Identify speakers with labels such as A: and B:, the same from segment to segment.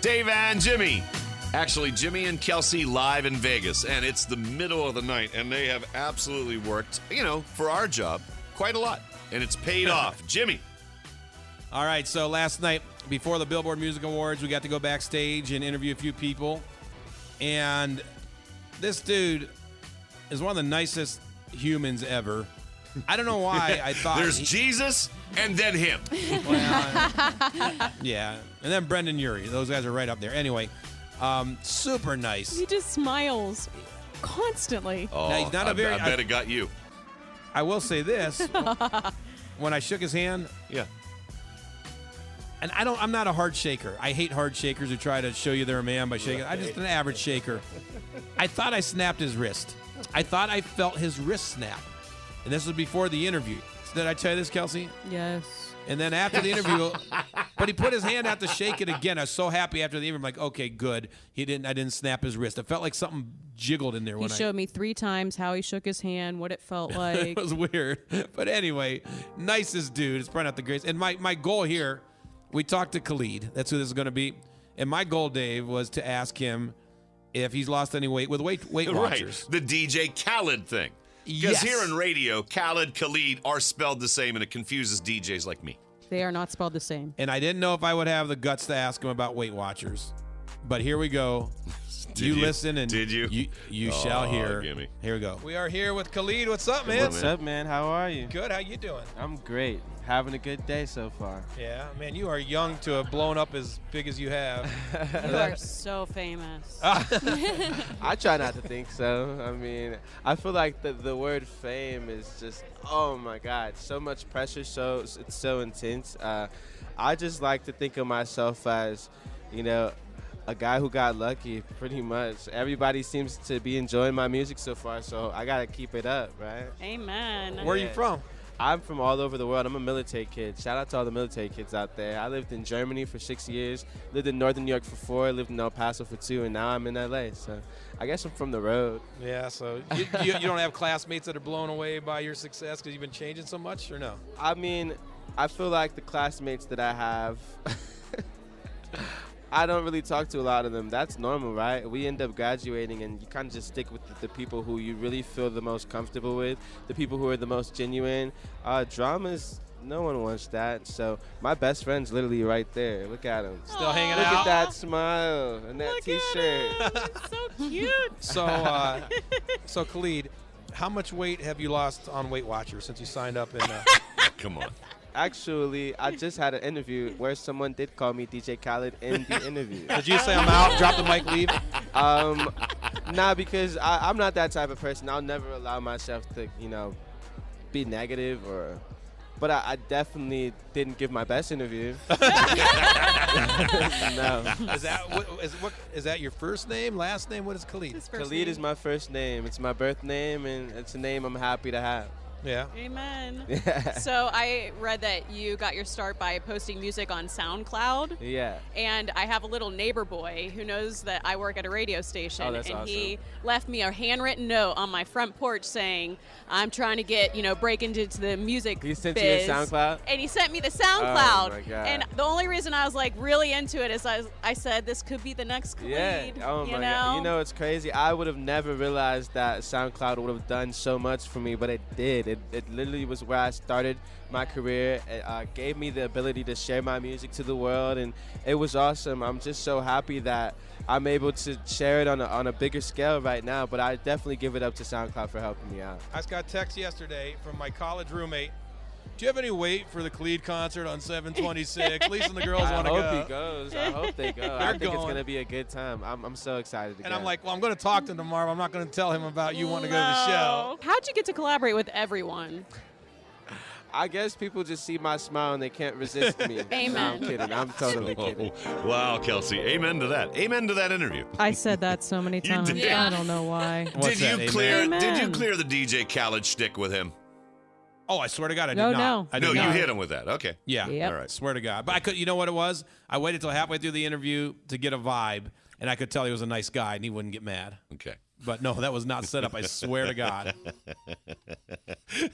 A: Dave and Jimmy. Actually, Jimmy and Kelsey live in Vegas, and it's the middle of the night, and they have absolutely worked, you know, for our job quite a lot, and it's paid off. Jimmy.
B: All right, so last night before the Billboard Music Awards, we got to go backstage and interview a few people. And this dude is one of the nicest humans ever. I don't know why I thought
A: There's
B: he-
A: Jesus and then him.
B: yeah. And then Brendan Urie. Those guys are right up there. Anyway, um, super nice.
C: He just smiles constantly.
A: Oh,
B: he's not
A: I,
B: a very-
A: I bet it got you.
B: I will say this. when I shook his hand,
A: Yeah.
B: and I don't. I'm not a hard shaker. I hate hard shakers who try to show you they're a man by shaking. I'm just an average shaker. I thought I snapped his wrist. I thought I felt his wrist snap, and this was before the interview. Did I tell you this, Kelsey?
C: Yes.
B: And then after the interview, but he put his hand out to shake it again. I was so happy after the interview. I'm like, okay, good. He didn't. I didn't snap his wrist. It felt like something jiggled in there
C: He
B: when I.
C: showed me three times how he shook his hand, what it felt like.
B: It was weird. But anyway, nicest dude. It's probably not the greatest. And my, my goal here, we talked to Khalid. That's who this is going to be. And my goal, Dave, was to ask him if he's lost any weight with Weight Weight Watchers.
A: Right. The DJ Khaled thing. Because
B: Yes.
A: here in radio, Khaled, Khalid are spelled the same, and it confuses DJs like me.
C: they are not spelled the same.
B: And I didn't know if I would have the guts to ask him about Weight Watchers. But here we go. you,
A: you?
B: listen and
A: Did you?
B: You, you shall
A: Oh,
B: hear.
A: gimme.
B: Here we go. We are here with Khalid. What's up, man?
D: What's up, man? How are you?
B: Good. How you doing?
D: I'm great. Having a good day so far.
B: Yeah, man, you are young to have blown up as big as you have.
C: You are so famous.
B: Ah.
D: I try not to think so. I mean, I feel like the, the word fame is just, oh my God, so much pressure, so it's so intense. Uh, I just like to think of myself as, you know, a guy who got lucky, pretty much. Everybody seems to be enjoying my music so far, so I gotta keep it up, right?
C: Amen.
B: Where are you from?
D: I'm from all over the world. I'm a military kid. Shout out to all the military kids out there. I lived in Germany for six years, lived in northern New York for four, lived in El Paso for two, and now I'm in LA. So I guess I'm from the road.
B: Yeah, so you, you, you don't have classmates that are blown away by your success because you've been changing so much, or no?
D: I mean, I feel like the classmates that I have, I don't really talk to a lot of them. That's normal, right? We end up graduating and you kind of just stick with the, the people who you really feel the most comfortable with, the people who are the most genuine. Uh, dramas, no one wants that. So my best friend's literally right there. Look at him.
B: Still hanging
D: Look
B: out.
D: at that smile and that
C: Look at
D: t-shirt.
C: So cute.
B: So, uh, so Khalid, how much weight have you lost on Weight Watchers since you signed up? And uh,
A: Come on.
D: Actually, I just had an interview where someone did call me DJ Khaled in the interview.
B: did you say I'm out? Drop the mic, leave.
D: Um, nah, because I, I'm not that type of person. I'll never allow myself to, you know, be negative or. But I, I definitely didn't give my best interview. no.
B: Is that what is, what is that your first name, last name? What is Khalid?
D: Khalid is my first name. It's my birth name, and it's a name I'm happy to have.
B: Yeah.
C: Amen. so I read that you got your start by posting music on SoundCloud.
D: yeah.
C: And I have a little neighbor boy who knows that I work at a radio station.
D: Oh, that's
C: and
D: awesome.
C: he left me a handwritten note on my front porch saying, I'm trying to get, you know, break into to the music.
D: He sent you
C: biz.
D: his SoundCloud?
C: And he sent me the SoundCloud.
D: Oh, my God.
C: and the only reason I was like really into it is I, was- I said, this could be the next Khalid.
D: Yeah. Oh
C: you
D: my
C: know?
D: god. You know it's crazy. I would have never realized that SoundCloud would have done so much for me, but it did. It, it literally was where I started my career. It uh, gave me the ability to share my music to the world, and it was awesome. I'm just so happy that I'm able to share it on a, on a bigger scale right now. But I definitely give it up to SoundCloud for helping me out.
B: I just got a text yesterday from my college roommate. Do you have any weight for the Khalid concert on 726? Lisa and the girls
D: I
B: want to
D: hope
B: go.
D: he goes. I hope they go. I
B: They're
D: think it's
B: going.
D: gonna be a good time. I'm, I'm so excited.
B: And I'm
D: again.
B: like, well, I'm going to talk to him tomorrow. I'm not going to tell him about you want to go to the show.
C: How'd you get to collaborate with everyone?
D: I guess people just see my smile and they can't resist me. No, I'm
C: Amen.
D: kidding. I'm totally kidding.
A: Oh, wow, Kelsey. Amen to that. Amen to that interview.
E: I said that so many
A: You
E: times.
A: did.
C: Yeah.
E: I don't know why.
B: What's
A: did
B: that,
A: you
B: amen?
A: clear? Did you
E: Amen.
A: clear the DJ Khaled shtick with him?
B: Oh, I swear to God, I did
E: No,
B: not.
E: no.
B: I did
A: No,
B: not.
A: you hit him with that. Okay.
B: Yeah.
E: Yep.
A: All right.
B: Swear to God. But I could. You know what it was? I waited till halfway through the interview to get a vibe, and I could tell he was a nice guy, and he wouldn't get mad.
A: Okay.
B: But no, that was not set up. I swear to God.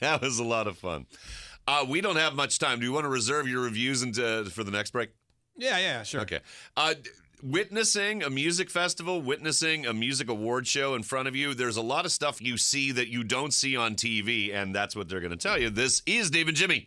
A: That was a lot of fun. Uh, we don't have much time. Do you want to reserve your reviews into, for the next break?
B: Yeah, yeah, sure.
A: Okay. Uh, d- witnessing a music festival, witnessing a music award show in front of you, there's a lot of stuff you see that you don't see on TV, and that's what they're going to tell you. This is Dave and Jimmy.